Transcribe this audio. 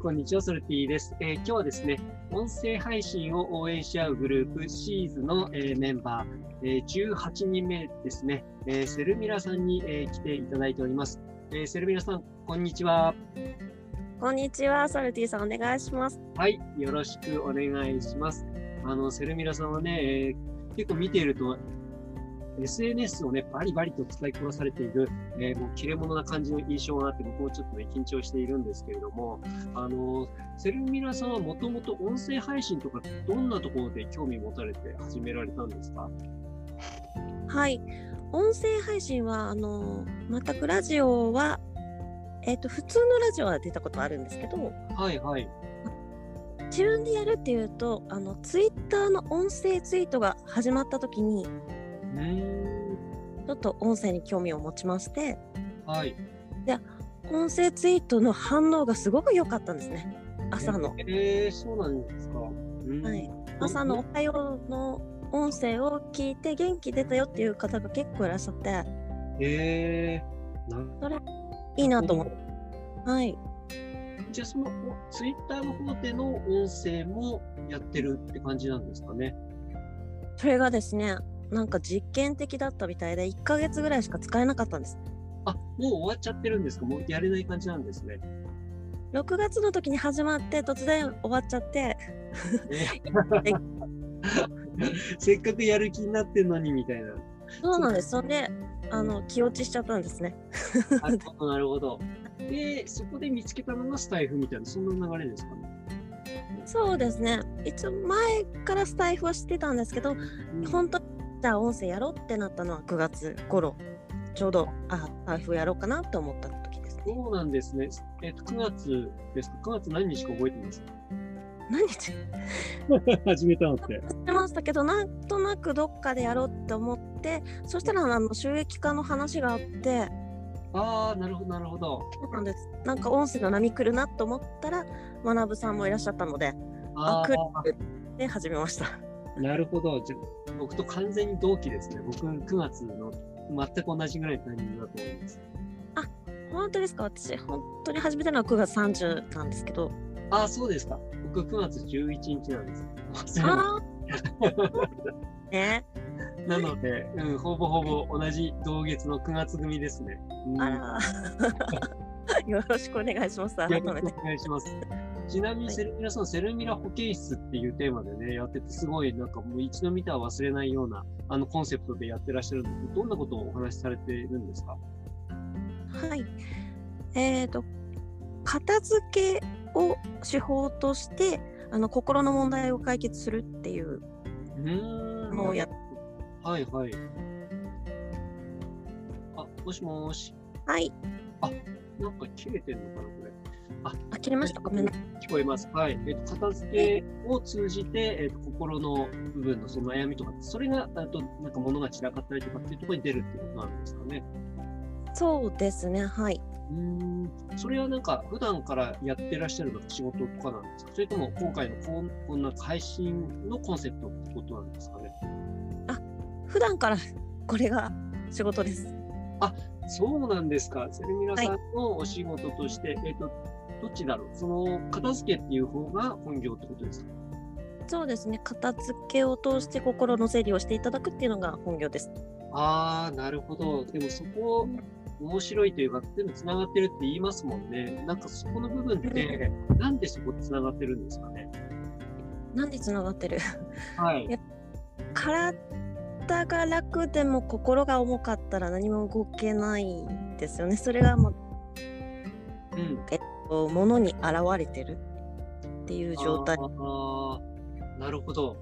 こんにちは、ソルティです、えー今日はですね、音声配信を応援し合うグループシーズの、えーメンバー、えー18人目ですね、えーセルミラさんに、えー来ていただいております。えーセルミラさん、こんにちは。こんにちは、ソルティさんお願いします。はい、よろしくお願いします。あの、セルミラさんはね、えー結構見ていると、SNS をね、バリバリと使いこなされている、えーもう切れ者な感じの印象があって、僕もちょっとね、緊張しているんですけれども、あの、セルミラさんはもともと音声配信とか、どんなところで興味持たれて始められたんですかはい、音声配信はあの全くラジオはえっ、と普通のラジオは出たことあるんですけど、はいはい。自分でやるっていうとあのツイッターの音声ツイートが始まった時にうーん。ちょっと音声に興味を持ちまして、はい。音声ツイートの反応がすごく良かったんですね。朝の、えー、そうなんですか。うんはい、朝のおはようの音声を聞いて元気出たよっていう方が結構いらっしゃってえー、なるいいなと思って、はい。じゃあそのツイッターの方での音声もやってるって感じなんですかね。それがですねなんか実験的だったみたいで1ヶ月ぐらいしか使えなかったんですあもう終わっちゃってるんですかもうやれない感じなんですね。 6月の時に始まって突然終わっちゃってえせっかくやる気になってるのにみた いな。そうなんですそんであの気落ちしちゃったんですねなるほど、なるほど。で、そこで見つけたのがスタイフみたいな、そんな流れですかね。そうですね一応前からスタイフはしてたんですけど本当にじゃあ音声やろうってなったのは9月頃ちょうどあスタイフやろうかなと思った時ですねそうなんですね。えっ、と、9月ですか ?9 月何日か覚えてます何日や 始めたのって。ってましたけどなんとなくどっかでやろうって思ってそしたらあの収益化の話があってああ、なるほど、なるほど。そうなんです。なんか音声の波来るなと思ったら、学ぶさんもいらっしゃったので、ああー来るで始めました。なるほど。じゃ僕と完全に同期ですね。僕、9月の全く同じぐらいのタイミングだと思います。本当ですか私、本当に始めたのは9月30なんですけど。ああ、そうですか。僕、9月11日なんです。あ あ。ねなので、うん、ほぼほぼ同じ同月の9月組ですね。うん、あら。 よろしくお願いします。改よろめしくて。お願いします。ちなみにセルミラさん、セルミラ保健室っていうテーマでね、やってて、すごいなんかもう一度見たら忘れないようなあのコンセプトでやってらっしゃるんですけど、どんなことをお話しされているんですかはい。えっ、と、片付けを手法として、あの心の問題を解決するっていううーん。のをやっはいはい。あ、もしもーし。はい。なんか切れてんのかな、これ。あ、切れました。ごめんなさい。聞こえます。はい。えっと、片付けを通じて、えっと、心の部分のその悩みとか、それが、あと、なんか物が散らかったりとかっていうところに出るっていうことなんですかね。そうですね。はい。うーん。それはなんか、普段からやってらっしゃるのか仕事とかなんですかそれとも、今回のこんこんな配信のコンセプトってことなんですかね。普段からこれが仕事です。そうなんですか。セルミラさんのお仕事として、えっと、どっちだろうその、片付けっていう方が本業ってことですかそうですね。片付けを通して心の整理をしていただくっていうのが本業です。ああ、なるほど。でもそこ、面白いというか、全部つながってるって言いますもんね。なんかそこの部分って、なんでそこつながってるんですかね。なんでつながってる はい。体が楽でも心が重かったら何も動けないですよね。それが、まうん。あ、物に現れてるっていう状態あ。ーなるほど。